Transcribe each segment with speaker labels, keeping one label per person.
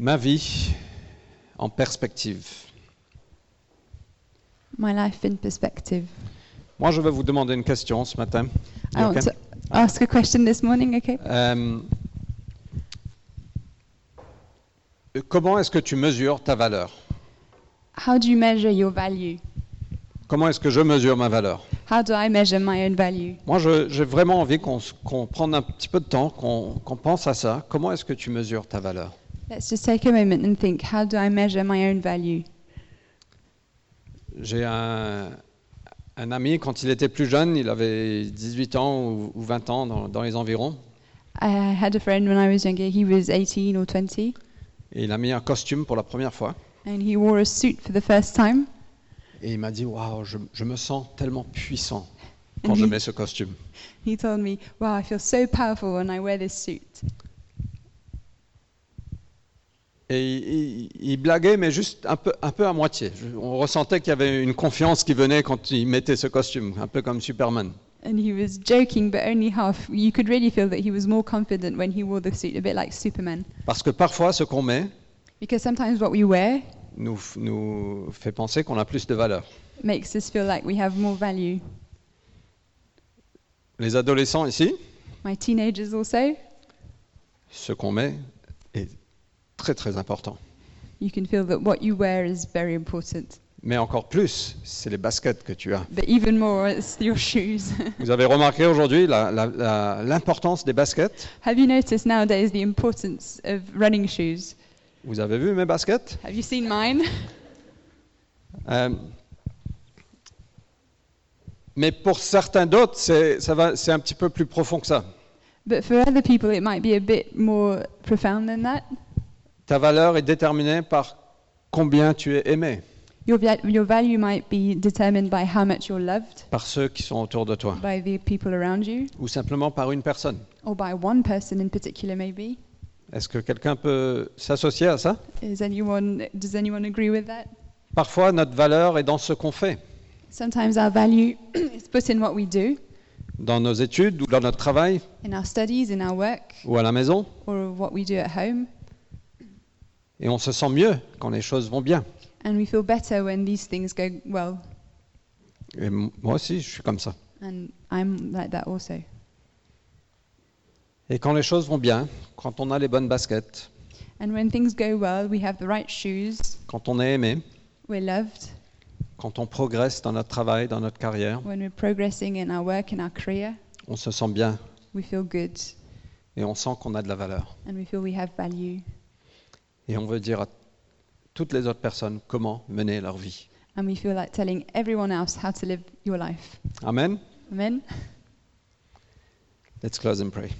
Speaker 1: Ma vie en perspective.
Speaker 2: My life in perspective.
Speaker 1: Moi, je vais vous demander une question ce matin.
Speaker 2: I want
Speaker 1: Jochen.
Speaker 2: to ask a question this morning, okay?
Speaker 1: Euh, comment est-ce que tu mesures ta valeur
Speaker 2: How do you measure your value?
Speaker 1: Comment est-ce que je mesure ma valeur
Speaker 2: How do I measure my own value?
Speaker 1: Moi, je- j'ai vraiment envie qu'on s- qu'on prenne un petit peu de temps, qu'on qu'on pense à ça. Comment est-ce que tu mesures ta valeur
Speaker 2: Let's just take a moment and think how do I measure my own value?
Speaker 1: J'ai un, un ami, quand il était plus jeune, il avait 18 ans ou, ou 20 ans dans, dans les environs,
Speaker 2: I had a friend when I was younger, he was 18 or 20,
Speaker 1: et il a mis un costume pour la première fois.
Speaker 2: and he wore a suit for the first time.
Speaker 1: Et il m'a dit Waouh, je, je me sens tellement puissant quand je mets ce costume.
Speaker 2: He told me, Wow, I feel so powerful when I wear this suit.
Speaker 1: Et il, il- il blaguait, mais juste un peu, un peu à moitié. Je- on ressentait qu'il y avait une confiance qui venait quand il mettait ce costume, un peu comme Superman.
Speaker 2: And he was joking, but only half. You could really feel that he was more confident when he wore the suit, a bit like Superman.
Speaker 1: Parce que parfois, ce qu'on met
Speaker 2: Because sometimes what we wear
Speaker 1: nous, f- nous fait penser qu'on a plus de valeur.
Speaker 2: makes us feel like we have more value.
Speaker 1: Les adolescents ici,
Speaker 2: My teenagers also,
Speaker 1: ce qu'on met est très très important.
Speaker 2: you can feel that what you wear is very important.
Speaker 1: Mais encore plus, c'est les baskets que tu as.
Speaker 2: But even more, it's your shoes.
Speaker 1: Vous avez remarqué aujourd'hui la- la- la- l'importance des baskets
Speaker 2: have you noticed nowadays the importance of running shoes?
Speaker 1: Vous avez vu mes baskets
Speaker 2: Have you seen mine?
Speaker 1: Euh, mais pour certains d'autres, c'est ça va- c'est un petit peu plus profond que ça.
Speaker 2: But for other people, it might be a bit more profound than that.
Speaker 1: Ta valeur est déterminée par combien tu es aimé
Speaker 2: Your, va- your value might be determined by how much you're loved
Speaker 1: par ceux qui sont autour de toi,
Speaker 2: by the people around you,
Speaker 1: ou simplement par une personne.
Speaker 2: or by one person in particular, maybe.
Speaker 1: Est-ce que quelqu'un peut s'associer à ça
Speaker 2: Is anyone, does anyone agree with that?
Speaker 1: Parfois, notre valeur est dans ce qu'on fait,
Speaker 2: Sometimes our value is put in what we do,
Speaker 1: dans nos études, ou dans notre travail,
Speaker 2: in our studies, in our work,
Speaker 1: ou à la maison,
Speaker 2: or what we do at home.
Speaker 1: et on se sent mieux quand les choses vont bien.
Speaker 2: And we feel better when these things go well.
Speaker 1: Et m- moi aussi, je suis comme ça.
Speaker 2: And I'm like that also.
Speaker 1: Et quand les choses vont bien, quand on a les bonnes baskets,
Speaker 2: And when things go well, we have the right shoes,
Speaker 1: quand on est aimé,
Speaker 2: we're loved,
Speaker 1: quand on progresse dans notre travail, dans notre carrière,
Speaker 2: when we're progressing in our work, in our career,
Speaker 1: on se sent bien
Speaker 2: we feel good
Speaker 1: et on sent qu'on a de la valeur.
Speaker 2: and we feel we have value.
Speaker 1: Et on veut dire à toutes les autres personnes comment mener leur vie.
Speaker 2: And we feel like telling everyone else how to live your life.
Speaker 1: Amen.
Speaker 2: Amen.
Speaker 1: Let's close and pray.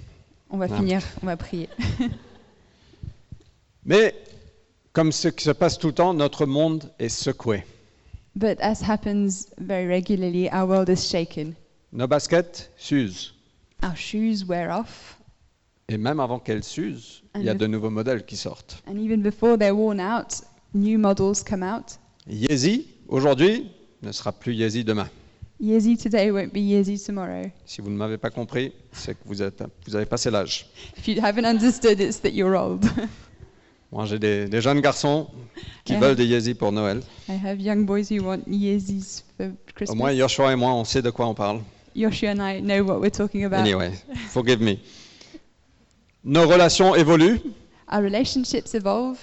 Speaker 2: On va
Speaker 1: Amen.
Speaker 2: finir, on va prier.
Speaker 1: Mais comme ce qui se passe tout le temps, notre monde est secoué.
Speaker 2: But as happens very regularly, our world is shaken.
Speaker 1: Nos baskets s'usent.
Speaker 2: Our shoes wear off,
Speaker 1: Et même avant qu'elles s'usent, il y a de nouveaux modèles qui sortent.
Speaker 2: and even before they're worn out, new models come out.
Speaker 1: Yeezy, aujourd'hui, ne sera plus Yeezy demain.
Speaker 2: Yeezy today won't be Yeezy tomorrow.
Speaker 1: Si vous ne m'avez pas compris, c'est que vous, êtes, vous avez passé l'âge.
Speaker 2: If you haven't understood, it's that you're old.
Speaker 1: Moi, j'ai des, des jeunes garçons qui
Speaker 2: Eh.
Speaker 1: veulent des Yeezy pour Noël.
Speaker 2: I have young boys who want Yeezys for
Speaker 1: Au
Speaker 2: Christmas.
Speaker 1: moins, Joshua et moi, on sait de quoi on parle.
Speaker 2: Yoshi and I know what we're talking about.
Speaker 1: Anyway, forgive me. Nos relations évoluent
Speaker 2: Our relationships evolve,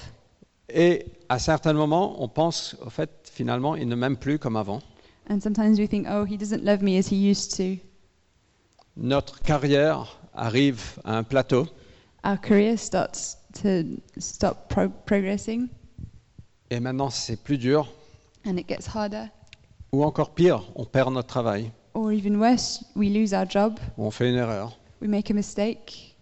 Speaker 1: et à certains moments, on pense, au fait, finalement, ils ne m'aiment plus comme avant.
Speaker 2: and sometimes we think, oh, he doesn't love me as he used to.
Speaker 1: Notre carrière arrive à un plateau
Speaker 2: Our career starts to stop pro- progressing,
Speaker 1: et maintenant, c'est plus dur.
Speaker 2: and it gets harder.
Speaker 1: Ou encore pire, on perd notre travail,
Speaker 2: Or even worse, we lose our job,
Speaker 1: ou on fait une erreur,
Speaker 2: we make a mistake,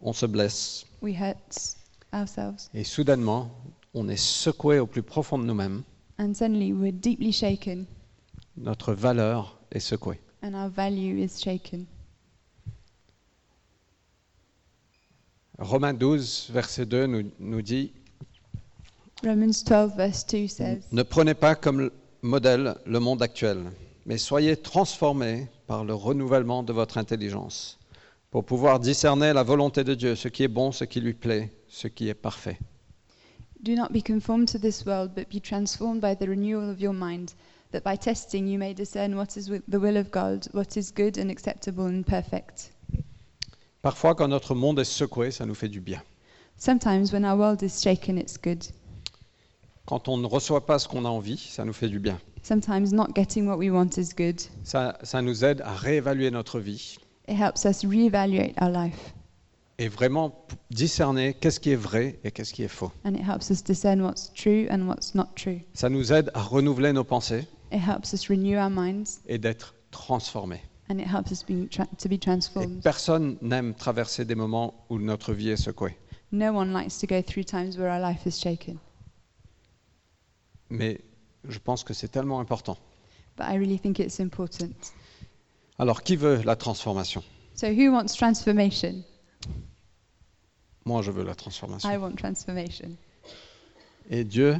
Speaker 1: on se blesse.
Speaker 2: we hurt ourselves,
Speaker 1: Et soudainement, on est secoué au plus profond de nous-mêmes.
Speaker 2: and suddenly we're deeply shaken,
Speaker 1: Notre valeur est secouée.
Speaker 2: and our value is shaken.
Speaker 1: Romains 12, verset 2 nous, nous dit
Speaker 2: Romans 12, verse 2 says,
Speaker 1: Ne prenez pas comme l- modèle le monde actuel, mais soyez transformés par le renouvellement de votre intelligence, pour pouvoir discerner la volonté de Dieu, ce qui est bon, ce qui lui plaît, ce qui est parfait.
Speaker 2: Do not be conformed to this world, but be transformed by the renewal of your mind, that by testing you may discern what is wi- the will of God, what is good and acceptable and perfect.
Speaker 1: Parfois, quand notre monde est secoué, ça nous fait du bien.
Speaker 2: Sometimes when our world is shaken, it's good.
Speaker 1: Quand on ne reçoit pas ce qu'on a envie, ça nous fait du bien.
Speaker 2: Sometimes not getting what we want is good.
Speaker 1: Ça, ça nous aide à réévaluer notre vie
Speaker 2: It helps us reevaluate our life,
Speaker 1: et vraiment p- discerner qu'est-ce qui est vrai et qu'est-ce qui est faux.
Speaker 2: and it helps us discern what's true and what's not true.
Speaker 1: Ça nous aide à renouveler nos pensées
Speaker 2: It helps us renew our minds,
Speaker 1: et d'être transformés.
Speaker 2: and it helps us being tra- to be
Speaker 1: Et
Speaker 2: transformed.
Speaker 1: personne n'aime traverser des moments où notre vie est secouée.
Speaker 2: No one likes to go through times where our life is shaken,
Speaker 1: Mais je pense que c'est tellement important.
Speaker 2: but I really think it's important.
Speaker 1: Alors, qui veut la transformation
Speaker 2: So, who wants transformation?
Speaker 1: Moi, je veux la transformation.
Speaker 2: I want transformation.
Speaker 1: Et Dieu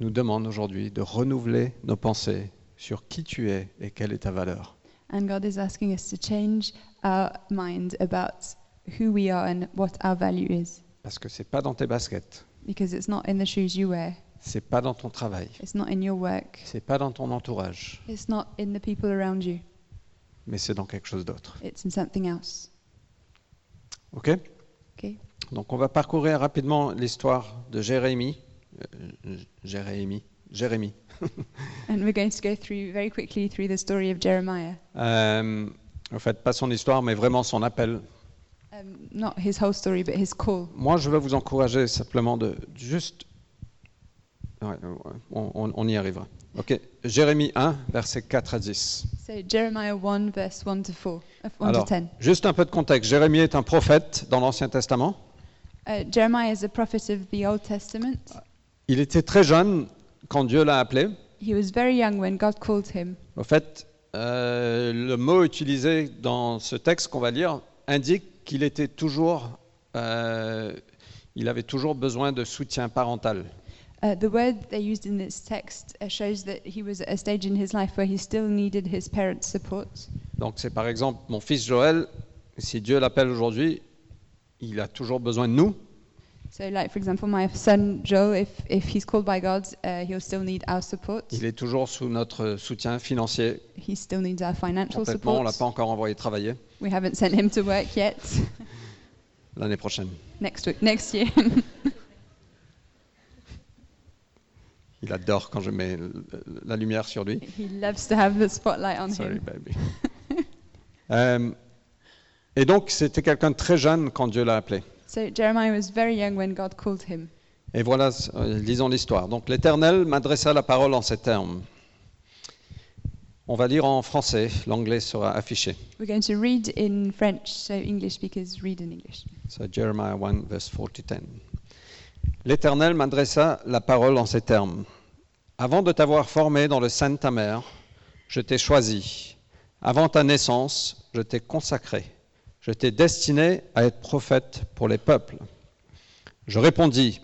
Speaker 1: nous demande aujourd'hui de renouveler nos pensées sur qui tu es et quelle est ta valeur.
Speaker 2: And God is asking us to change our mind about who we are and what our value is.
Speaker 1: Parce que c'est pas dans tes baskets,
Speaker 2: Because it's not in the shoes you wear,
Speaker 1: c'est pas dans ton travail,
Speaker 2: it's not in your work,
Speaker 1: c'est pas dans ton entourage,
Speaker 2: it's not in the people around you,
Speaker 1: mais c'est dans quelque chose d'autre.
Speaker 2: it's in something else.
Speaker 1: Ok
Speaker 2: Okay?
Speaker 1: Donc on va parcourir rapidement l'histoire de Jérémie. Euh, Jérémie. Jérémie.
Speaker 2: And we're going to go through very quickly through the story of Jeremiah.
Speaker 1: Euh, en fait, pas son histoire, mais vraiment son appel.
Speaker 2: Um, not his whole story, but his call.
Speaker 1: Moi, je veux vous encourager simplement de juste. Ouais, ouais, on, on- on y arrivera. Ok. Jérémie 1, versets 4 à 10.
Speaker 2: So, Jeremiah 1, verse 1 to 4, uh, 1
Speaker 1: Alors,
Speaker 2: to 10.
Speaker 1: juste un peu de contexte. Jérémie est un prophète dans l'Ancien Testament.
Speaker 2: Uh, Jeremiah is a prophet of the Old Testament.
Speaker 1: Il était très jeune quand Dieu l'a appelé.
Speaker 2: He was very young when God called him.
Speaker 1: Au fait, euh, le mot utilisé dans ce texte qu'on va lire indique qu'il était toujours, euh, il avait toujours besoin de soutien parental.
Speaker 2: Uh, the word they used in this text uh, shows that he was at a stage in his life where he still needed his parents' support.
Speaker 1: Donc c'est par exemple mon fils Joël, si Dieu l'appelle aujourd'hui, il a toujours besoin de nous,
Speaker 2: So, like for example, my son Joel, if, if he's called by God, uh, he'll still need our support.
Speaker 1: il est toujours sous notre soutien financier.
Speaker 2: He still needs our financial
Speaker 1: Complètement, on l'a
Speaker 2: support.
Speaker 1: pas encore envoyé travailler
Speaker 2: We haven't sent him to work yet.
Speaker 1: l'année prochaine.
Speaker 2: next week, next year.
Speaker 1: Il adore quand je mets l- la lumière sur lui.
Speaker 2: he loves to have the spotlight on
Speaker 1: Sorry,
Speaker 2: him.
Speaker 1: baby. Euh, et donc, c'était quelqu'un de très jeune quand Dieu l'a appelé.
Speaker 2: So Jeremiah was very young when God called him.
Speaker 1: Et voilà, euh, lisons l'histoire. Donc, l'Éternel m'adressa la parole en ces termes. On va lire en français, l'anglais sera affiché.
Speaker 2: We're going to read in French, so English speakers read in English.
Speaker 1: So, Jeremiah 1, verse 40 10. L'Éternel m'adressa la parole en ces termes. Avant de t'avoir formé dans le sein de ta mère, je t'ai choisi. Avant ta naissance, je t'ai consacré. Je t'ai destiné à être prophète pour les peuples. Je répondis,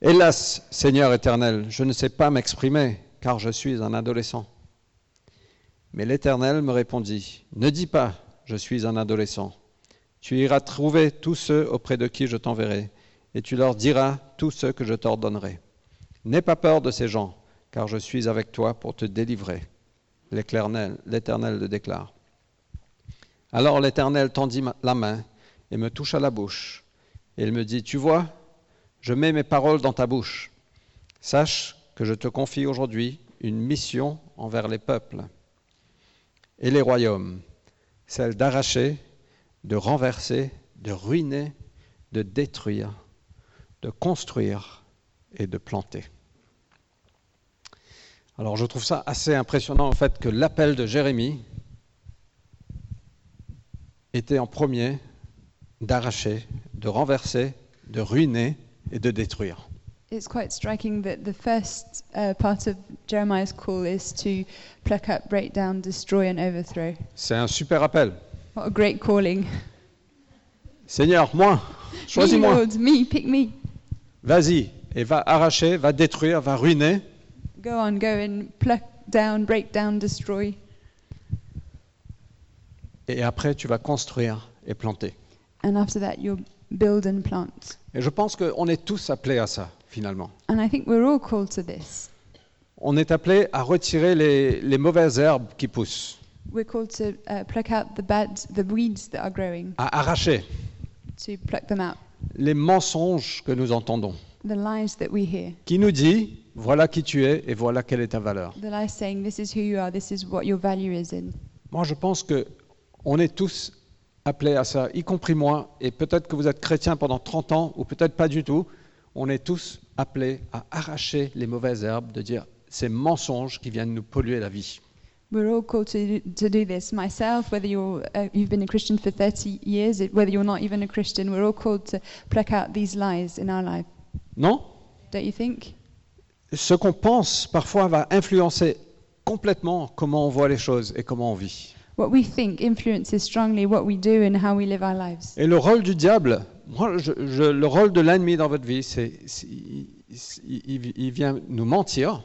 Speaker 1: Hélas, Seigneur éternel, je ne sais pas m'exprimer, car je suis un adolescent. Mais l'Éternel me répondit, Ne dis pas, je suis un adolescent. Tu iras trouver tous ceux auprès de qui je t'enverrai, et tu leur diras tout ce que je t'ordonnerai. N'aie pas peur de ces gens, car je suis avec toi pour te délivrer. L'Éternel l'Éternel le déclare. Alors l'Éternel tendit ma- la main et me toucha la bouche. Et il me dit, Tu vois, je mets mes paroles dans ta bouche. Sache que je te confie aujourd'hui une mission envers les peuples et les royaumes, celle d'arracher de renverser, de ruiner, de détruire, de construire et de planter. Alors je trouve ça assez impressionnant en fait que l'appel de Jérémie était en premier d'arracher, de renverser, de ruiner et de détruire.
Speaker 2: It's quite striking that the first uh, part of Jeremiah's call is to pluck up, break down, destroy, and overthrow.
Speaker 1: C'est un super appel.
Speaker 2: What a great calling.
Speaker 1: Seigneur, moi,
Speaker 2: me,
Speaker 1: choisis-moi.
Speaker 2: Lord, me, pick me.
Speaker 1: Vas-y et va arracher, va détruire, va ruiner.
Speaker 2: Go on, go and pluck down, break down, destroy.
Speaker 1: Et après, tu vas construire et planter.
Speaker 2: And after that, you'll build and plant.
Speaker 1: Et je pense qu'on est tous appelés à ça, finalement.
Speaker 2: And I think we're all called to this.
Speaker 1: On est appelés à retirer les, les mauvaises herbes qui poussent,
Speaker 2: We're called to uh, pluck out the bad, the weeds that are growing,
Speaker 1: à arracher
Speaker 2: to pluck them out,
Speaker 1: les mensonges que nous entendons,
Speaker 2: the lies that we hear,
Speaker 1: qui nous dit voilà qui tu es et voilà quelle est ta valeur.
Speaker 2: the lies saying this is who you are, this is what your value is in.
Speaker 1: Moi, je pense que on est tous appelés à ça, y compris moi, et peut-être que vous êtes chrétien pendant 30 ans, ou peut-être pas du tout. On est tous appelés à arracher les mauvaises herbes, de dire ces mensonges qui viennent nous polluer la vie.
Speaker 2: We're all called to do, to do this. Myself, whether you're uh, you've been a Christian for 30 years, it- whether you're not even a Christian, we're all called to pluck out these lies in our life.
Speaker 1: Non
Speaker 2: Don't you think?
Speaker 1: Ce qu'on pense parfois va influencer complètement comment on voit les choses et comment on vit.
Speaker 2: What we think influences strongly what we do and how we live our lives.
Speaker 1: Et le rôle du diable, moi, je- je- le rôle de l'ennemi dans votre vie, c'est c'est- il, il- il vient nous mentir.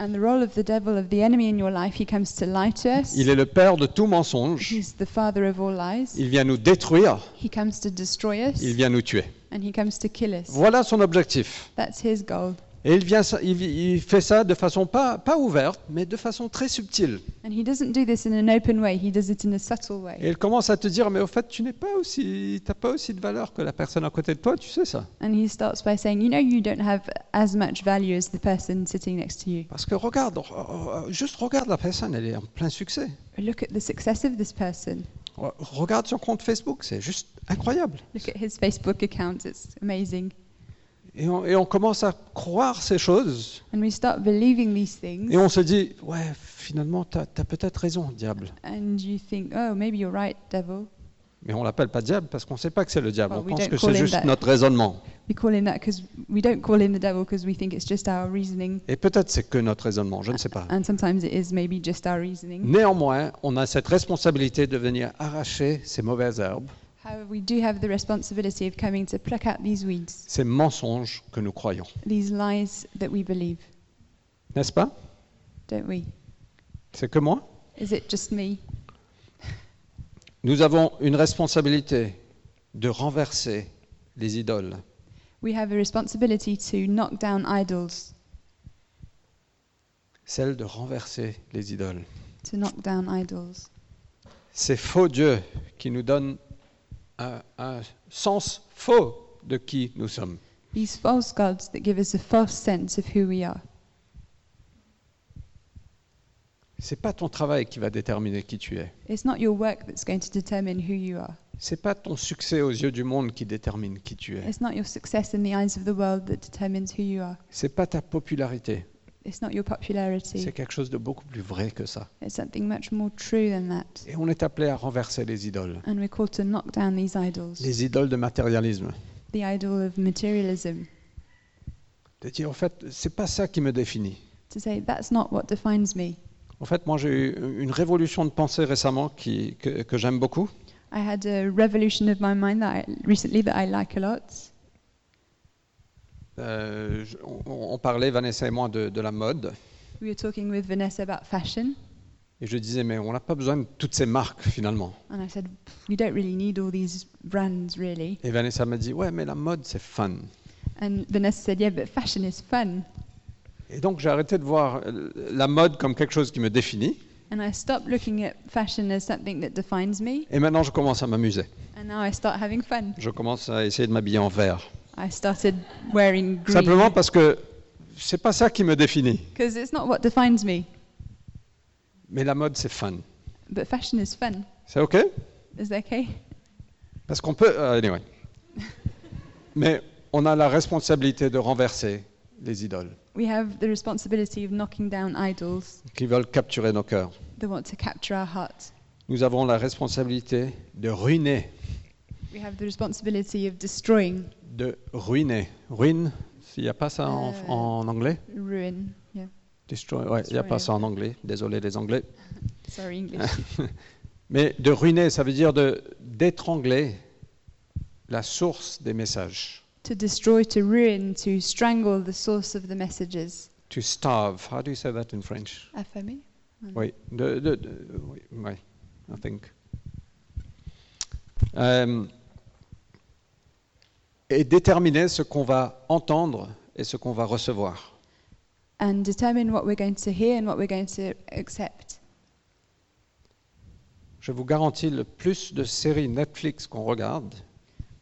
Speaker 2: And the role of the devil, of the enemy in your life, he comes to lie to us.
Speaker 1: Il est le père de tout mensonge.
Speaker 2: He's the father of all lies.
Speaker 1: Il vient nous détruire.
Speaker 2: He comes to destroy us
Speaker 1: Il vient nous tuer.
Speaker 2: and he comes to kill us.
Speaker 1: Voilà son objectif.
Speaker 2: That's his goal.
Speaker 1: Et il, vient, ça- il- il fait ça de façon pas, pas ouverte, mais de façon très subtile.
Speaker 2: And he doesn't do this in an open way, he does it in a subtle
Speaker 1: Et
Speaker 2: way.
Speaker 1: il commence à te dire, mais au fait, tu n'es pas aussi, t'as pas aussi de valeur que la personne à côté de toi, tu sais ça.
Speaker 2: And he starts by saying, You know, you don't have as much value as the person sitting next to you.
Speaker 1: Parce que regarde, oh, oh, oh, juste regarde la personne, elle est en plein succès.
Speaker 2: Look at the success of this person.
Speaker 1: Re- Regarde son compte Facebook, c'est juste incroyable.
Speaker 2: Look at his Facebook account, it's amazing.
Speaker 1: Et on, et on commence à croire ces choses,
Speaker 2: And we start believing these things,
Speaker 1: et on se dit, ouais, finalement, t'as as, peut-être raison, diable.
Speaker 2: and you think, Oh, maybe you're right, devil.
Speaker 1: Mais on l'appelle pas diable parce qu'on ne sait pas que c'est le diable, on
Speaker 2: Oh, we
Speaker 1: pense
Speaker 2: don't
Speaker 1: que
Speaker 2: call
Speaker 1: c'est
Speaker 2: him
Speaker 1: juste
Speaker 2: that.
Speaker 1: notre raisonnement.
Speaker 2: We call him that because we don't call him the devil because we think it's just our reasoning.
Speaker 1: Et peut-être c'est que notre raisonnement, je ne sais pas.
Speaker 2: And sometimes it is maybe just our reasoning.
Speaker 1: Néanmoins, on a cette responsabilité de venir arracher ces mauvaises herbes,
Speaker 2: However, we do have the responsibility of coming to pluck out these weeds,
Speaker 1: ces mensonges que nous croyons.
Speaker 2: these lies that we believe,
Speaker 1: N'est-ce pas
Speaker 2: don't we?
Speaker 1: C'est que moi
Speaker 2: Is it just me?
Speaker 1: Nous avons une responsabilité de renverser les idoles.
Speaker 2: We have a responsibility to knock down idols,
Speaker 1: Celle de renverser les idoles.
Speaker 2: to knock down idols.
Speaker 1: Ces faux dieux qui nous donnent un, un sens faux de qui nous sommes.
Speaker 2: These false gods that give us a false sense of who we are.
Speaker 1: C'est pas ton travail qui va déterminer qui tu es.
Speaker 2: It's not your work that's going to determine who you are.
Speaker 1: C'est pas ton succès aux yeux du monde qui détermine qui tu es.
Speaker 2: It's not your success in the eyes of the world that determines who you are.
Speaker 1: C'est pas ta popularité.
Speaker 2: It's not your
Speaker 1: C'est
Speaker 2: popularity.
Speaker 1: quelque chose de beaucoup plus vrai que ça.
Speaker 2: It's something much more true than that.
Speaker 1: Et on est appelé à renverser les idoles.
Speaker 2: And we're called to knock down these idols.
Speaker 1: Les idoles de matérialisme.
Speaker 2: the idol of materialism
Speaker 1: De dire, en fait, c'est pas ça qui me définit.
Speaker 2: to say that's not what defines me.
Speaker 1: En fait, moi, j'ai eu une révolution de pensée récemment qui, que, que j'aime beaucoup.
Speaker 2: I had a revolution of my mind that I, recently that I like a lot.
Speaker 1: Euh, je- on, on parlait, Vanessa et moi, de, de la mode.
Speaker 2: We were talking with Vanessa about fashion,
Speaker 1: Et je disais, mais on n'a pas besoin de toutes ces marques, finalement.
Speaker 2: and I said we don't really need all these brands really.
Speaker 1: Et Vanessa m'a dit, ouais, mais la mode, c'est fun.
Speaker 2: And Vanessa said, yeah, but fashion is fun.
Speaker 1: Et donc, j'ai arrêté de voir euh, la mode comme quelque chose qui me définit.
Speaker 2: And I stopped looking at fashion as something that defines me,
Speaker 1: Et maintenant, je commence à m'amuser.
Speaker 2: and now I start having fun.
Speaker 1: Je commence à essayer de m'habiller en vert.
Speaker 2: I started wearing green
Speaker 1: Simplement parce que c'est pas ça qui me définit.
Speaker 2: because it's not what defines me,
Speaker 1: Mais la mode, c'est fun.
Speaker 2: but fashion is fun.
Speaker 1: C'est OK
Speaker 2: Is that okay?
Speaker 1: Parce qu'on peut. euh, anyway. Mais on a la responsabilité de renverser les idoles
Speaker 2: We have the responsibility of knocking down idols.
Speaker 1: qui veulent capturer nos cœurs.
Speaker 2: They want to capture our hearts.
Speaker 1: Nous avons la responsabilité de ruiner,
Speaker 2: We have the responsibility of destroying
Speaker 1: de ruiner. Ruine, s'il n'y a pas ça en,
Speaker 2: Euh.
Speaker 1: en anglais
Speaker 2: ruin. Yeah,
Speaker 1: Destroy, ouais, il n'y a pas
Speaker 2: Destroyer.
Speaker 1: ça en anglais. Désolé les anglais.
Speaker 2: sorry, English.
Speaker 1: Mais de ruiner, ça veut dire de- d'étrangler la source des messages.
Speaker 2: to destroy, to ruin, to strangle the source of the messages.
Speaker 1: To starve. How do you say that in French
Speaker 2: Affamé?
Speaker 1: Oui, de, de- de- oui, oui, I think. Euh, et déterminer ce qu'on va entendre et ce qu'on va recevoir.
Speaker 2: and determine what we're going to hear and what we're going to accept.
Speaker 1: Je vous garantis, le plus de séries Netflix qu'on regarde,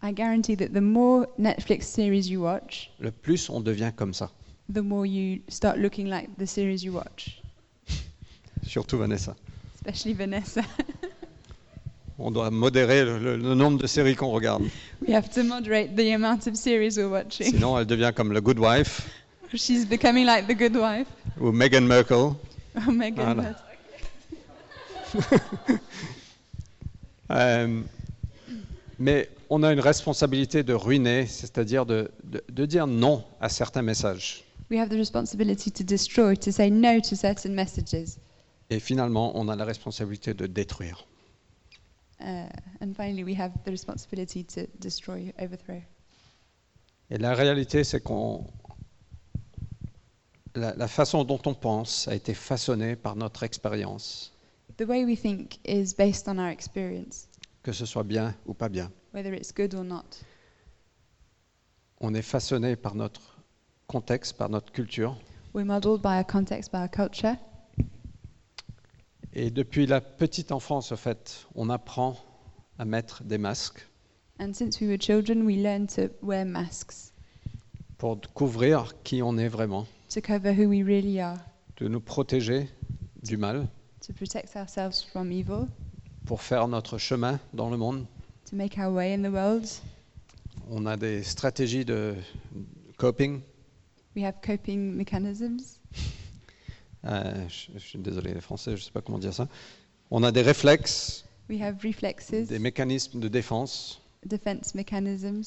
Speaker 2: I guarantee that the more Netflix series you watch,
Speaker 1: le plus on devient comme ça.
Speaker 2: the more you start looking like the series you watch,
Speaker 1: Surtout Vanessa.
Speaker 2: especially Vanessa.
Speaker 1: On doit modérer le, le- le nombre de séries qu'on regarde.
Speaker 2: we have to moderate the amount of series we're watching.
Speaker 1: Sinon, elle devient comme la Good Wife
Speaker 2: She's becoming like the good wife, Oh
Speaker 1: ou Meghan Merkel.
Speaker 2: or Megan.
Speaker 1: Voilà. Euh, mais on a une responsabilité de ruiner, c'est-à-dire de, de- de dire non à certains messages.
Speaker 2: We have the responsibility to destroy, to say no to certain messages.
Speaker 1: Et finalement, on a la responsabilité de détruire.
Speaker 2: Uh, and finally, we have the responsibility to destroy, overthrow.
Speaker 1: Et la réalité, c'est qu'on... La, la façon dont on pense a été façonnée par notre expérience,
Speaker 2: The way we think is based on our experience,
Speaker 1: que ce soit bien ou pas bien.
Speaker 2: whether it's good or not.
Speaker 1: On est façonné par notre contexte, par notre culture.
Speaker 2: We're modeled by our context, by our culture.
Speaker 1: Et depuis la petite enfance, au fait, on apprend à mettre des masques
Speaker 2: And since we were children, we learned to wear masks
Speaker 1: pour couvrir qui on est vraiment,
Speaker 2: to cover who we really are,
Speaker 1: de nous protéger du mal,
Speaker 2: to protect ourselves from evil,
Speaker 1: pour faire notre chemin dans le monde.
Speaker 2: to make our way in the world.
Speaker 1: On a des stratégies de coping.
Speaker 2: We have coping mechanisms.
Speaker 1: Euh, je, je suis désolé, les Français, je ne sais pas comment dire ça. On a des réflexes,
Speaker 2: We have reflexes,
Speaker 1: des mécanismes de défense.
Speaker 2: defense mechanisms.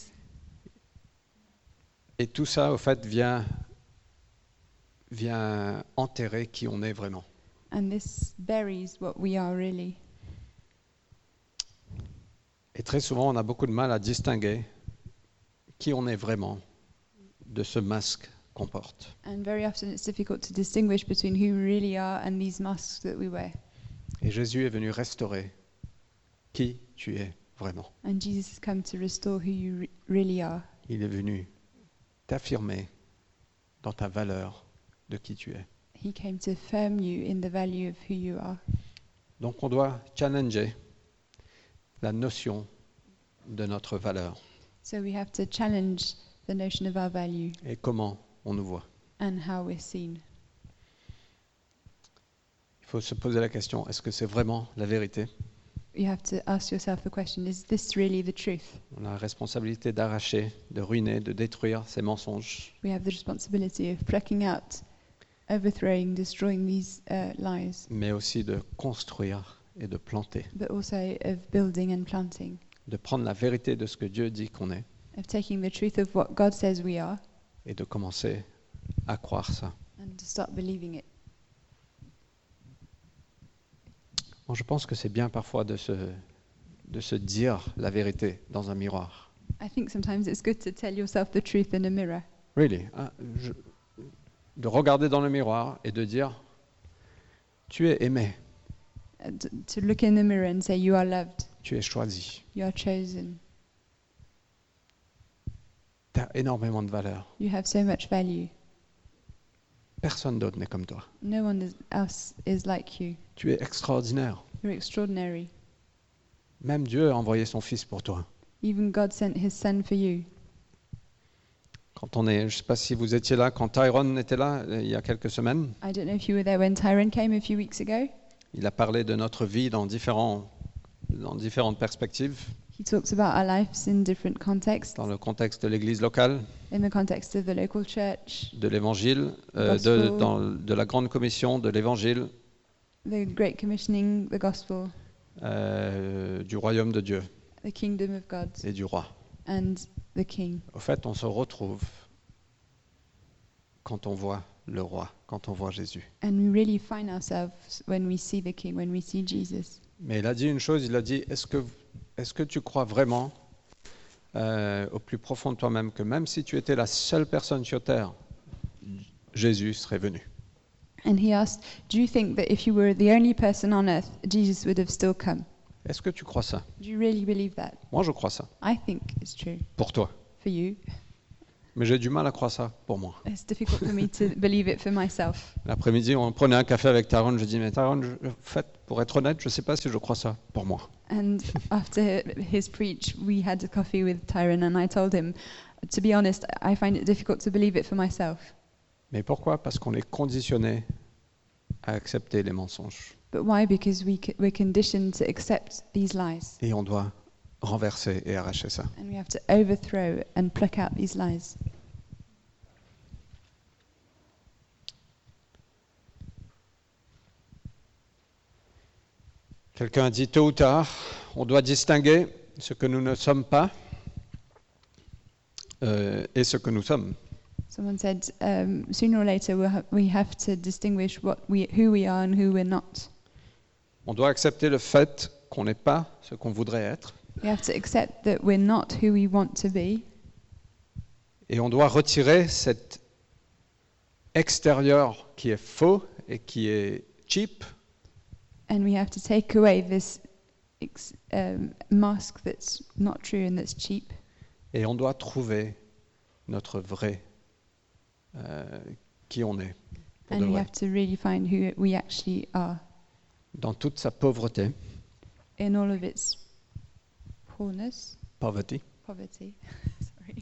Speaker 1: Et tout ça, au fait, vient, vient enterrer qui on est vraiment.
Speaker 2: And this buries what we are really.
Speaker 1: Et très souvent, on a beaucoup de mal à distinguer qui on est vraiment de ce masque qu'on porte.
Speaker 2: And very often it's difficult to distinguish between who we really are and these masks that we wear.
Speaker 1: Et Jésus est venu restaurer qui tu es vraiment.
Speaker 2: And Jesus has come to restore who you re- really are.
Speaker 1: Il est venu t'affirmer dans ta valeur de qui tu es.
Speaker 2: He came to affirm you in the value of who you are.
Speaker 1: Donc on doit challenger la notion de notre valeur
Speaker 2: So we have to challenge the notion of our value
Speaker 1: et comment on nous voit.
Speaker 2: and how we're seen.
Speaker 1: Il faut se poser la question, est-ce que c'est vraiment la vérité
Speaker 2: You have to ask yourself the question is this really the truth?
Speaker 1: On a la responsabilité d'arracher, de ruiner, de détruire ces mensonges.
Speaker 2: We have the responsibility of plucking out, overthrowing, destroying these uh, lies,
Speaker 1: mais aussi de construire et de planter,
Speaker 2: but also of building and planting,
Speaker 1: de prendre la vérité de ce que Dieu dit qu'on est
Speaker 2: of taking the truth of what God says we are
Speaker 1: et de commencer à croire ça.
Speaker 2: and to start believing it.
Speaker 1: Bon, je pense que c'est bien parfois de se, de se dire la vérité dans un miroir.
Speaker 2: I think sometimes it's good to tell yourself the truth in a mirror,
Speaker 1: Really, hein, je- de regarder dans le miroir et de dire, tu es aimé,
Speaker 2: uh, t- to look in the mirror and say, You are loved,
Speaker 1: tu es choisi,
Speaker 2: you are chosen,
Speaker 1: tu as énormément de valeur,
Speaker 2: you have so much value.
Speaker 1: personne d'autre n'est comme toi,
Speaker 2: No one is, else is like you.
Speaker 1: tu es extraordinaire,
Speaker 2: You're extraordinary.
Speaker 1: même Dieu a envoyé son Fils pour toi.
Speaker 2: Even God sent his son for you.
Speaker 1: Quand on est, je ne sais pas si vous étiez là, quand Tyrone était là euh, il y a quelques semaines,
Speaker 2: I don't know if you were there when Tyrone came a few weeks ago.
Speaker 1: Il a parlé de notre vie dans, différents, dans différentes perspectives,
Speaker 2: He talks about our lives in different contexts,
Speaker 1: dans le contexte de l'Église locale,
Speaker 2: in the context of the local church,
Speaker 1: de l'Évangile, euh, de,
Speaker 2: Gospel.
Speaker 1: dans- de la Grande Commission, de l'Évangile,
Speaker 2: the Great Commissioning, the Gospel,
Speaker 1: euh, du Royaume de Dieu
Speaker 2: the Kingdom of God,
Speaker 1: et du Roi.
Speaker 2: and the King.
Speaker 1: Au fait, on se retrouve quand on voit le Roi, quand on voit Jésus.
Speaker 2: And we really find ourselves when we see the King, when we see Jesus.
Speaker 1: Mais il a dit une chose, il a dit, est-ce que, est que tu crois vraiment euh, au plus profond de toi-même que même si tu étais la seule personne sur Terre, Jésus serait venu
Speaker 2: And he asked, Do you think that if you were the only person on earth, Jesus would have still come?
Speaker 1: Est-ce que tu crois ça
Speaker 2: Do you really believe that?
Speaker 1: Moi, je crois ça.
Speaker 2: I think it's true
Speaker 1: Pour toi.
Speaker 2: for you.
Speaker 1: Mais j'ai du mal à croire ça pour moi.
Speaker 2: It's difficult for me to believe it for myself.
Speaker 1: L'après-midi, on prenait un café avec Taron. Je dis, mais Taron, je- en fait, pour être honnête, je ne sais pas si je crois ça pour moi.
Speaker 2: And after his preach, we had a coffee with Tyron, and I told him, to be honest, I find it difficult to believe it for myself.
Speaker 1: Mais pourquoi Parce qu'on est conditionné à accepter les mensonges.
Speaker 2: But why? Because we c- we're conditioned to accept these lies,
Speaker 1: Et on doit renverser et arracher ça.
Speaker 2: and we have to overthrow and pluck out these lies.
Speaker 1: Quelqu'un a dit tôt ou tard, on doit distinguer ce que nous ne sommes pas euh, et ce que nous sommes.
Speaker 2: Someone said, um, sooner or later we'll ha- we have to distinguish what we, who we are and who we're not.
Speaker 1: On doit accepter le fait qu'on n'est pas ce qu'on voudrait être
Speaker 2: We have to accept that we're not who we want to be,
Speaker 1: et on doit retirer cet extérieur qui est faux et qui est cheap
Speaker 2: and we have to take away this ex- um, mask that's not true and that's cheap,
Speaker 1: et on doit trouver notre vrai, euh, qui on est pour de
Speaker 2: and we
Speaker 1: vrai,
Speaker 2: have to really find who we actually are
Speaker 1: dans toute sa pauvreté,
Speaker 2: in all of its poorness,
Speaker 1: pauvreté,
Speaker 2: poverty, sorry,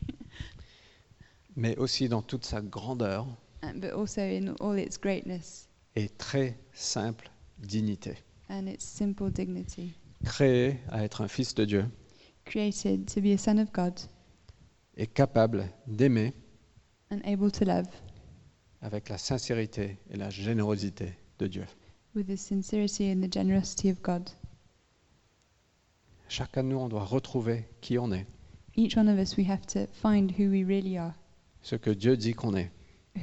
Speaker 1: mais aussi dans toute sa grandeur
Speaker 2: and, um, but also in all its greatness
Speaker 1: et très simple dignité.
Speaker 2: and its simple dignity.
Speaker 1: créé à être un fils de Dieu
Speaker 2: Created to be a son of God
Speaker 1: et capable d'aimer
Speaker 2: and able to love
Speaker 1: avec la sincérité et la générosité de Dieu.
Speaker 2: with the sincerity and the generosity of God.
Speaker 1: Chacun de nous, on doit retrouver qui on est,
Speaker 2: Each one of us, we have to find who we really are,
Speaker 1: ce que Dieu dit qu'on est,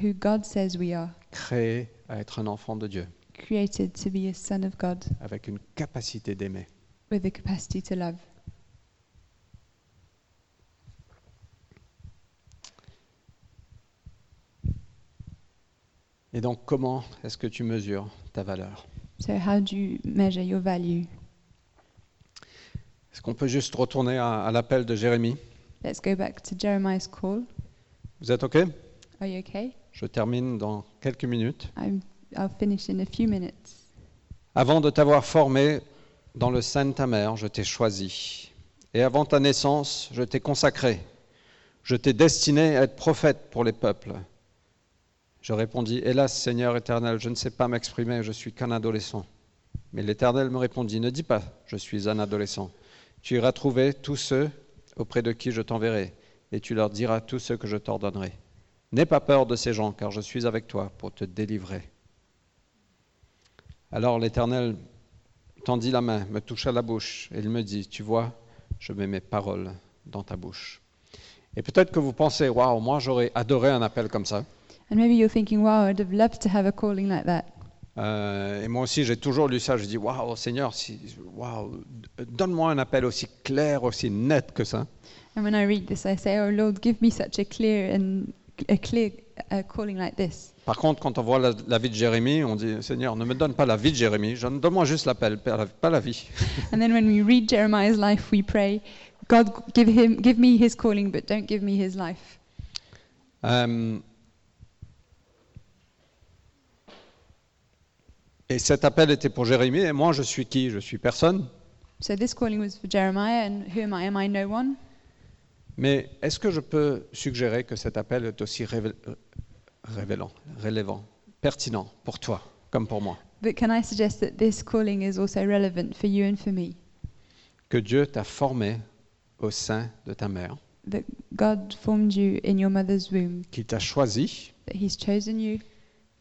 Speaker 2: who God says we are,
Speaker 1: créé à être un enfant de Dieu,
Speaker 2: created to be a son of God
Speaker 1: avec une capacité d'aimer.
Speaker 2: with the capacity to love.
Speaker 1: Et donc, comment est-ce que tu mesures ta valeur
Speaker 2: So, how do you measure your value?
Speaker 1: Est-ce qu'on peut juste retourner à, à l'appel de Jérémie
Speaker 2: Let's go back to Jeremiah's call.
Speaker 1: Vous êtes OK
Speaker 2: Are you okay?
Speaker 1: Je termine dans quelques minutes.
Speaker 2: I'm, I'll finish in a few minutes.
Speaker 1: Avant de t'avoir formé dans le sein de ta mère, je t'ai choisi. Et avant ta naissance, je t'ai consacré. Je t'ai destiné à être prophète pour les peuples. Je répondis, Hélas Seigneur éternel, je ne sais pas m'exprimer, je suis qu'un adolescent. Mais l'Éternel me répondit, Ne dis pas, je suis un adolescent. Tu iras trouver tous ceux auprès de qui je t'enverrai, et tu leur diras tout ce que je t'ordonnerai. N'aie pas peur de ces gens, car je suis avec toi pour te délivrer. Alors l'Éternel tendit la main, me toucha la bouche, et il me dit, tu vois, je mets mes paroles dans ta bouche. Et peut-être que vous pensez, waouh, moi j'aurais adoré un appel comme ça.
Speaker 2: And maybe you're thinking, wow, I'd have loved to have a calling like that.
Speaker 1: Euh, et moi aussi, j'ai toujours lu ça. Je dis, waouh, Seigneur, si, waouh, donne-moi un appel aussi clair, aussi net que ça.
Speaker 2: And when I read this, I say, oh Lord, give me such a clear and a clear uh, calling like this.
Speaker 1: Par contre, quand on voit la, la vie de Jérémie, on dit, Seigneur, ne me donne pas la vie de Jérémie, je- donne-moi juste l'appel, pas la- pas la vie.
Speaker 2: And then when we read Jeremiah's life, we pray, God, give him, give me his calling, but don't give me his life.
Speaker 1: Euh, et cet appel était pour Jérémie. Et moi, je suis qui Je suis personne.
Speaker 2: So this calling was for Jeremiah, and who am I? Am I no one?
Speaker 1: Mais est-ce que je peux suggérer que cet appel est aussi révé- euh, révélant, relevant, pertinent pour toi comme pour moi
Speaker 2: But can I suggest that this calling is also relevant for you and for me?
Speaker 1: Que Dieu t'a formé au sein de ta mère,
Speaker 2: That God formed you in your mother's womb,
Speaker 1: qu'il t'a choisi,
Speaker 2: that He's chosen you,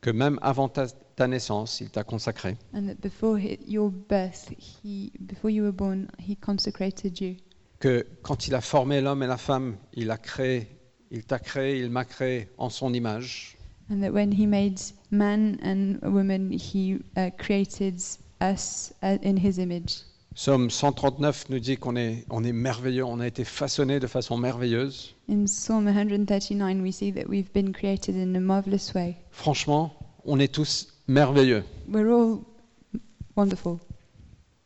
Speaker 1: que même avant ta, ta naissance, il t'a consacré,
Speaker 2: and that before hi- your birth, He, before you were born, He consecrated you.
Speaker 1: que quand il a formé l'homme et la femme, il a créé, il t'a créé, il m'a créé en son image.
Speaker 2: And that when He made man and woman, He uh, created us uh, in His image.
Speaker 1: Psaume 139 nous dit qu'on est, on est merveilleux, on a été façonné de façon merveilleuse.
Speaker 2: In Psalm 139, we see that we've been created in a marvelous way.
Speaker 1: Franchement, on est tous merveilleux.
Speaker 2: We're all wonderful,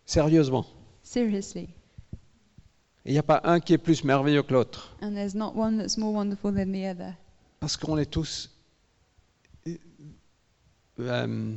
Speaker 1: Sérieusement.
Speaker 2: seriously.
Speaker 1: Et il n'y a pas un qui est plus merveilleux que l'autre,
Speaker 2: And there's not one that's more wonderful than the other
Speaker 1: parce qu'on est tous euh, euh,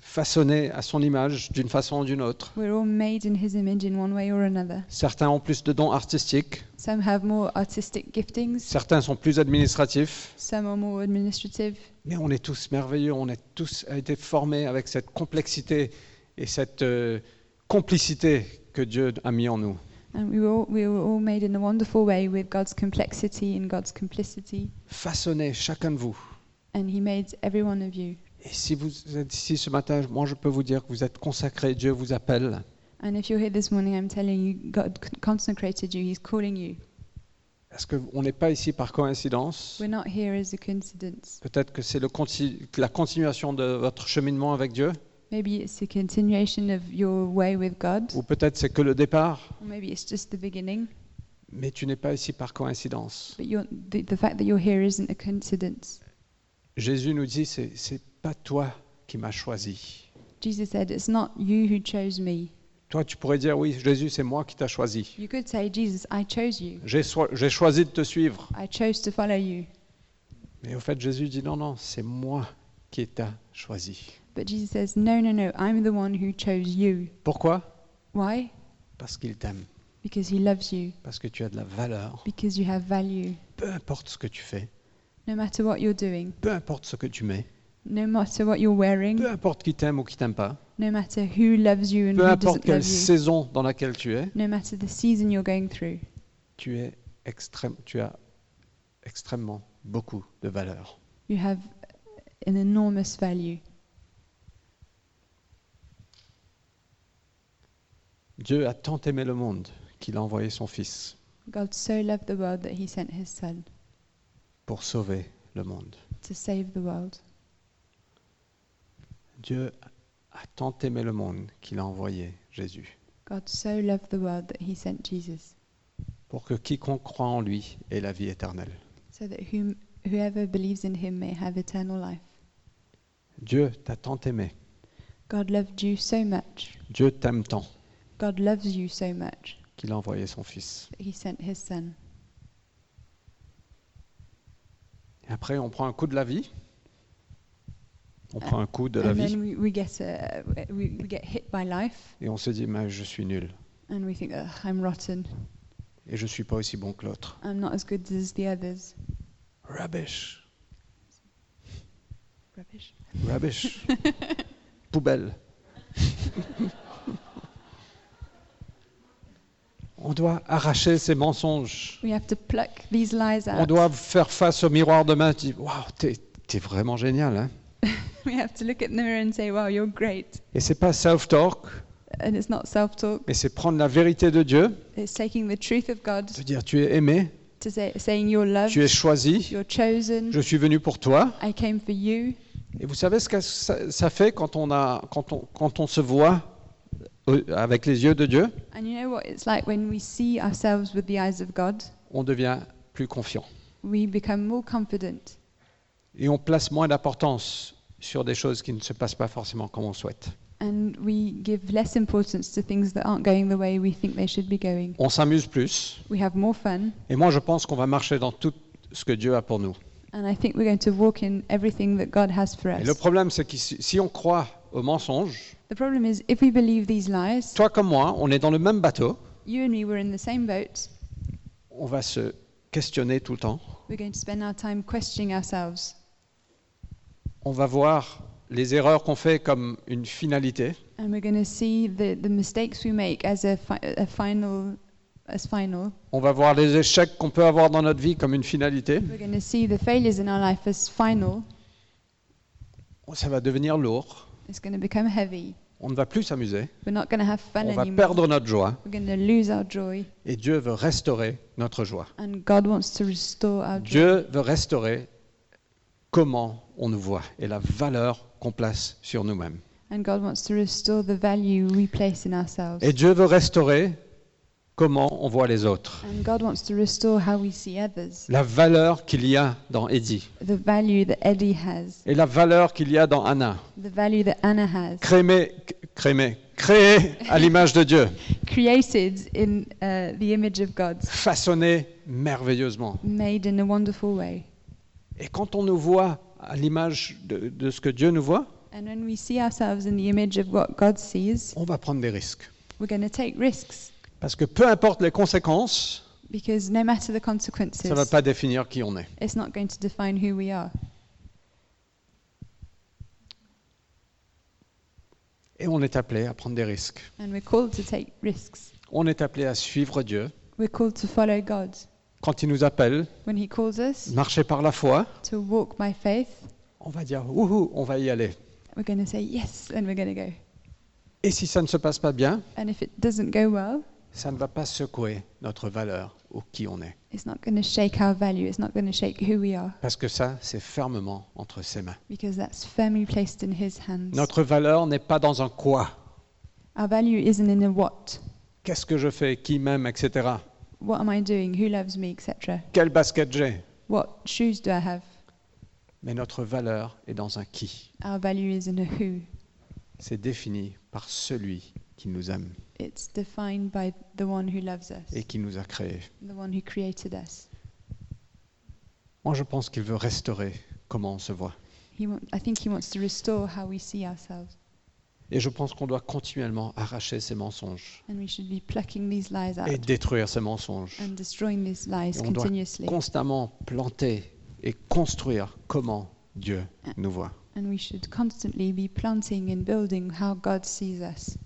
Speaker 1: façonnés à son image d'une façon ou d'une autre.
Speaker 2: We're all made in His image in one way or another.
Speaker 1: Certains ont plus de dons artistiques,
Speaker 2: Some have more artistic giftings,
Speaker 1: certains sont plus administratifs,
Speaker 2: some are more administrative,
Speaker 1: mais on est tous merveilleux, on est tous a été formés avec cette complexité et cette euh, complicité que Dieu a mis en nous.
Speaker 2: and we were, all, we were all made in a wonderful way with God's complexity and God's complicity,
Speaker 1: Façonnez chacun de vous.
Speaker 2: and He made every one of you.
Speaker 1: Et si vous êtes ici ce matin, moi je peux vous dire que vous êtes consacrés, Dieu vous appelle.
Speaker 2: And if you're here this morning, I'm telling you, God c- consecrated you, He's calling you.
Speaker 1: Parce qu'on n'est pas ici par coïncidence.
Speaker 2: We're not here as a coincidence.
Speaker 1: Peut-être que c'est le conti- que la continuation de votre cheminement avec Dieu,
Speaker 2: Maybe it's a continuation of your way with God,
Speaker 1: ou peut-être c'est que le départ,
Speaker 2: or maybe it's just the beginning,
Speaker 1: mais tu n'es pas ici par coïncidence.
Speaker 2: but you're, the, the fact that you're here isn't a coincidence.
Speaker 1: Jésus nous dit, c'est c'est pas toi qui m'as choisi.
Speaker 2: Jesus said, It's not you who chose me.
Speaker 1: Toi, tu pourrais dire, oui, Jésus, c'est moi qui t'as choisi.
Speaker 2: You could say, Jesus, I chose you.
Speaker 1: J'ai soi- j'ai choisi de te suivre.
Speaker 2: I chose to follow you.
Speaker 1: Mais au fait, Jésus dit, non, non, c'est moi qui t'a choisi.
Speaker 2: But Jesus says, No, no, no, I'm the one who chose you.
Speaker 1: Pourquoi
Speaker 2: Why?
Speaker 1: Parce qu'il t'aime,
Speaker 2: Because he loves you,
Speaker 1: parce que tu as de la valeur.
Speaker 2: because you have value.
Speaker 1: Peu importe ce que tu fais,
Speaker 2: No matter what you're doing,
Speaker 1: peu importe ce que tu mets,
Speaker 2: no matter what you're wearing,
Speaker 1: peu importe qui t'aime ou qui t'aime pas,
Speaker 2: no matter who loves you and
Speaker 1: peu
Speaker 2: who
Speaker 1: importe
Speaker 2: doesn't
Speaker 1: quelle
Speaker 2: love you,
Speaker 1: saison dans laquelle tu es,
Speaker 2: no matter the season you're going through,
Speaker 1: tu es extrême, tu as extrêmement beaucoup de valeur.
Speaker 2: you have an enormous value.
Speaker 1: Dieu a tant aimé le monde qu'il a envoyé son Fils
Speaker 2: God so loved the world that he sent his son
Speaker 1: pour sauver le monde.
Speaker 2: to save the world.
Speaker 1: Dieu a tant aimé le monde qu'il a envoyé Jésus
Speaker 2: God so loved the world that he sent Jesus,
Speaker 1: pour que quiconque croit en lui ait la vie éternelle.
Speaker 2: so that whom, whoever believes in him may have eternal life.
Speaker 1: Dieu t'a tant aimé.
Speaker 2: God loved you so much.
Speaker 1: Dieu t'aime tant
Speaker 2: God loves you so much
Speaker 1: qu'il a envoyé son Fils.
Speaker 2: that he sent his son.
Speaker 1: Et après, on prend un coup de la vie. On prend un coup de la
Speaker 2: and
Speaker 1: vie.
Speaker 2: then we, we get a, we, we get hit by life
Speaker 1: Et on se dit, mais je suis nul.
Speaker 2: and we think, Ugh, I'm rotten.
Speaker 1: Et je suis pas aussi bon que l'autre.
Speaker 2: I'm not as good as the others.
Speaker 1: Rubbish.
Speaker 2: Rubbish.
Speaker 1: Rubbish. Poubelle. on doit arracher ces mensonges.
Speaker 2: We have to pluck these lies
Speaker 1: On
Speaker 2: out.
Speaker 1: doit faire face au miroir demain. Tu dis, waouh, t'es t'es vraiment génial. Hein?
Speaker 2: we have to look at the mirror and say, wow, you're great.
Speaker 1: Et c'est pas self-talk,
Speaker 2: And it's not self talk,
Speaker 1: mais c'est prendre la vérité de Dieu,
Speaker 2: it's taking the truth of God
Speaker 1: de dire tu es aimé,
Speaker 2: to say, saying, You're loved,
Speaker 1: tu es choisi,
Speaker 2: you're chosen,
Speaker 1: je suis venu pour toi.
Speaker 2: I came for you.
Speaker 1: Et vous savez ce que ça, ça fait quand on, a, quand, on, quand on se voit euh, avec les yeux de Dieu
Speaker 2: And you know what it's like when we see ourselves with the eyes of God?
Speaker 1: On devient plus confiant.
Speaker 2: We become more confident.
Speaker 1: Et on place moins d'importance sur des choses qui ne se passent pas forcément comme on souhaite.
Speaker 2: and we give less importance to things that aren't going the way we think they should be going.
Speaker 1: On s'amuse plus.
Speaker 2: We have more fun,
Speaker 1: Et moi, je pense qu'on va marcher dans tout ce que Dieu a pour nous.
Speaker 2: and I think we're going to walk in everything that God has for
Speaker 1: Et
Speaker 2: us.
Speaker 1: le problème, c'est que si si on croit aux mensonges,
Speaker 2: The problem is, if we believe these lies,
Speaker 1: toi comme moi, on est dans le même bateau,
Speaker 2: you and me were in the same boat.
Speaker 1: on va se questionner tout le temps,
Speaker 2: We're going to spend our time questioning ourselves.
Speaker 1: on va voir les erreurs qu'on fait comme une finalité,
Speaker 2: And we're going to see the, the mistakes we make as a, fi- a final, as final.
Speaker 1: on va voir les échecs qu'on peut avoir dans notre vie comme une finalité,
Speaker 2: We're going to see the failures in our life as final.
Speaker 1: Oh, ça va devenir lourd,
Speaker 2: It's going to become heavy.
Speaker 1: on ne va plus s'amuser,
Speaker 2: We're not going to have fun
Speaker 1: on va
Speaker 2: anymore.
Speaker 1: perdre notre joie,
Speaker 2: We're going to lose our joy,
Speaker 1: et Dieu veut restaurer notre joie.
Speaker 2: and God wants to restore our joy.
Speaker 1: Dieu veut restaurer comment on nous voit et la valeur qu'on place sur nous-mêmes.
Speaker 2: And God wants to restore the value we place in ourselves.
Speaker 1: Et Dieu veut restaurer comment on voit les autres.
Speaker 2: And God wants to restore how we see others,
Speaker 1: la valeur qu'il y a dans Eddie
Speaker 2: the value that Eddie has,
Speaker 1: et la valeur qu'il y a dans Anna.
Speaker 2: the value that Anna has.
Speaker 1: Crémer, crémer, créé à l'image de Dieu,
Speaker 2: created in uh, the image of God,
Speaker 1: façonné merveilleusement.
Speaker 2: made in a wonderful way.
Speaker 1: Et quand on nous voit à l'image de, de ce que Dieu nous voit,
Speaker 2: And when we see ourselves in the image of what God sees,
Speaker 1: on va prendre des risques.
Speaker 2: we're going to take risks
Speaker 1: Parce que peu importe les conséquences,
Speaker 2: because no matter the
Speaker 1: ça ne va
Speaker 2: consequences,
Speaker 1: pas définir qui on est.
Speaker 2: it's not going to define who we are.
Speaker 1: Et on est appelé à prendre des risques.
Speaker 2: And we're called to take risks.
Speaker 1: On est appelé à suivre Dieu.
Speaker 2: We're called to follow God.
Speaker 1: Quand il nous appelle,
Speaker 2: When He calls us
Speaker 1: marcher par la foi,
Speaker 2: to walk by faith,
Speaker 1: on va dire, ouhou, on va y aller.
Speaker 2: we're going to say yes and we're going to go.
Speaker 1: Et si ça ne se passe pas bien,
Speaker 2: And if it doesn't go well,
Speaker 1: ça ne va pas secouer notre valeur ou qui on est.
Speaker 2: it's not going to shake our value, it's not going to shake who we are,
Speaker 1: Parce que ça, c'est fermement entre ses mains.
Speaker 2: because that's firmly placed in His hands.
Speaker 1: Notre valeur n'est pas dans un quoi.
Speaker 2: Our value isn't in a what.
Speaker 1: Qu'est-ce que je fais Qui m'aime Etc.
Speaker 2: What am I doing? Who loves me? Etc.
Speaker 1: Quelle basket j'ai
Speaker 2: What shoes do I have?
Speaker 1: Mais notre valeur est dans un qui.
Speaker 2: Our value is in a who.
Speaker 1: C'est défini par celui qui nous aime
Speaker 2: It's defined by the one who loves us,
Speaker 1: et qui nous a créés.
Speaker 2: the one who created us.
Speaker 1: Moi, je pense qu'il veut restaurer comment on se voit.
Speaker 2: He want, I think He wants to restore how we see ourselves,
Speaker 1: Et je pense qu'on doit continuellement arracher ces mensonges
Speaker 2: and we should be plucking these lies out
Speaker 1: et détruire ces mensonges.
Speaker 2: and destroying these lies
Speaker 1: Et on doit
Speaker 2: continuously.
Speaker 1: Constamment planter et construire comment Dieu nous voit.
Speaker 2: And we should constantly be planting and building how God sees us.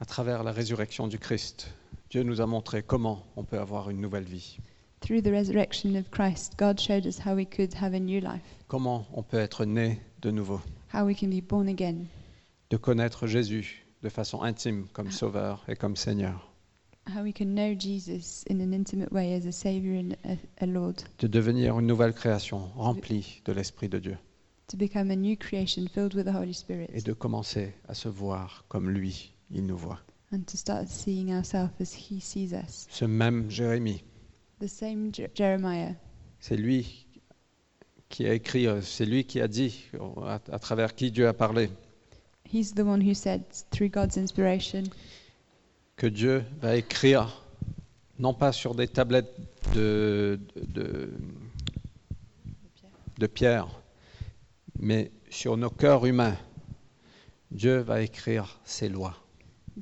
Speaker 1: À travers la résurrection du Christ, Dieu nous a montré comment on peut avoir une nouvelle vie,
Speaker 2: Through the resurrection of Christ, God showed us how we could have a new life,
Speaker 1: comment on peut être né de nouveau,
Speaker 2: how we can be born again,
Speaker 1: de connaître Jésus de façon intime comme Sauveur et comme Seigneur,
Speaker 2: how we can know Jesus in an intimate way as a Savior and a, a Lord,
Speaker 1: de devenir une nouvelle création remplie de l'Esprit de Dieu
Speaker 2: to become a new creation filled with the Holy Spirit,
Speaker 1: et de commencer à se voir comme lui, il nous voit.
Speaker 2: and to start seeing ourselves as He sees us.
Speaker 1: Ce même Jérémie,
Speaker 2: The same Je- Jeremiah,
Speaker 1: c'est lui qui a écrit, euh, c'est lui qui a dit euh, à, à travers qui Dieu a parlé
Speaker 2: he's the one who said, through God's inspiration,
Speaker 1: que Dieu va écrire, non pas sur des tablettes de, de, de pierre, mais sur nos cœurs humains. Dieu va écrire ses lois.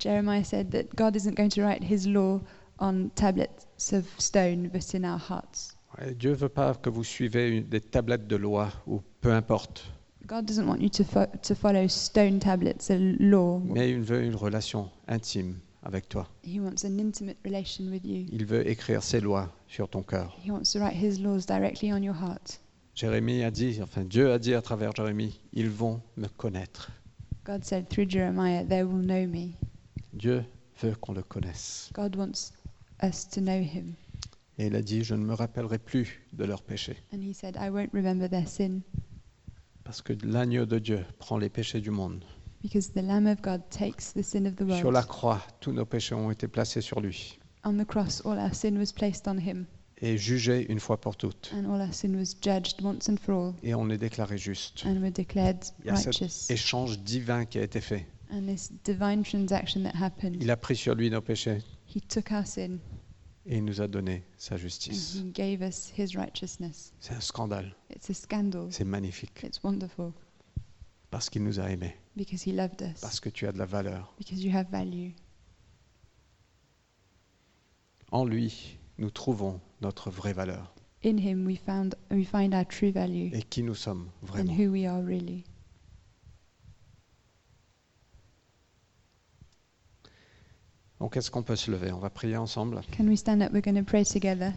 Speaker 2: Jeremiah said that God isn't going to write His law on tablets of stone, but in our hearts.
Speaker 1: Et Dieu ne veut pas que vous suivez une- des tablettes de loi ou peu importe,
Speaker 2: God doesn't want you to, fo- to follow stone tablets, a law.
Speaker 1: mais il veut une relation intime avec toi.
Speaker 2: He wants an intimate relation with you.
Speaker 1: Il veut écrire ses lois sur ton cœur.
Speaker 2: He wants to write his laws directly on your heart.
Speaker 1: Jérémie a dit, enfin Dieu a dit à travers Jérémie, ils vont me connaître.
Speaker 2: God said through Jeremiah, They will know me.
Speaker 1: Dieu veut qu'on le connaisse.
Speaker 2: God wants us to know him.
Speaker 1: Et il a dit, je ne me rappellerai plus de leurs péchés,
Speaker 2: And he said, I won't remember their sin,
Speaker 1: parce que l'agneau de Dieu prend les péchés du monde.
Speaker 2: because the Lamb of God takes the sin of the
Speaker 1: Sur la
Speaker 2: world.
Speaker 1: croix, tous nos péchés ont été placés sur lui
Speaker 2: On the cross, all our sin was placed on him,
Speaker 1: et jugés une fois pour toutes.
Speaker 2: and all our sin was judged once and for all,
Speaker 1: Et on est déclaré juste.
Speaker 2: and we're declared
Speaker 1: Il y a
Speaker 2: righteous.
Speaker 1: cet échange divin qui a été fait.
Speaker 2: And this divine transaction that happened,
Speaker 1: Il a pris sur lui nos péchés
Speaker 2: he took our sin
Speaker 1: et il nous a donné sa
Speaker 2: and
Speaker 1: justice.
Speaker 2: he gave us his righteousness.
Speaker 1: C'est un scandale.
Speaker 2: It's a scandal.
Speaker 1: C'est magnifique.
Speaker 2: It's wonderful
Speaker 1: Parce qu'il nous a aimés.
Speaker 2: because he loved us,
Speaker 1: Parce que tu as de la valeur.
Speaker 2: because you have value.
Speaker 1: En lui, nous trouvons notre vraie valeur
Speaker 2: In him we found we find our true value
Speaker 1: et qui nous sommes
Speaker 2: and
Speaker 1: vraiment.
Speaker 2: who we are really.
Speaker 1: Donc est-ce qu'on peut se lever On va prier ensemble.
Speaker 2: Can we stand up? We're going to pray together.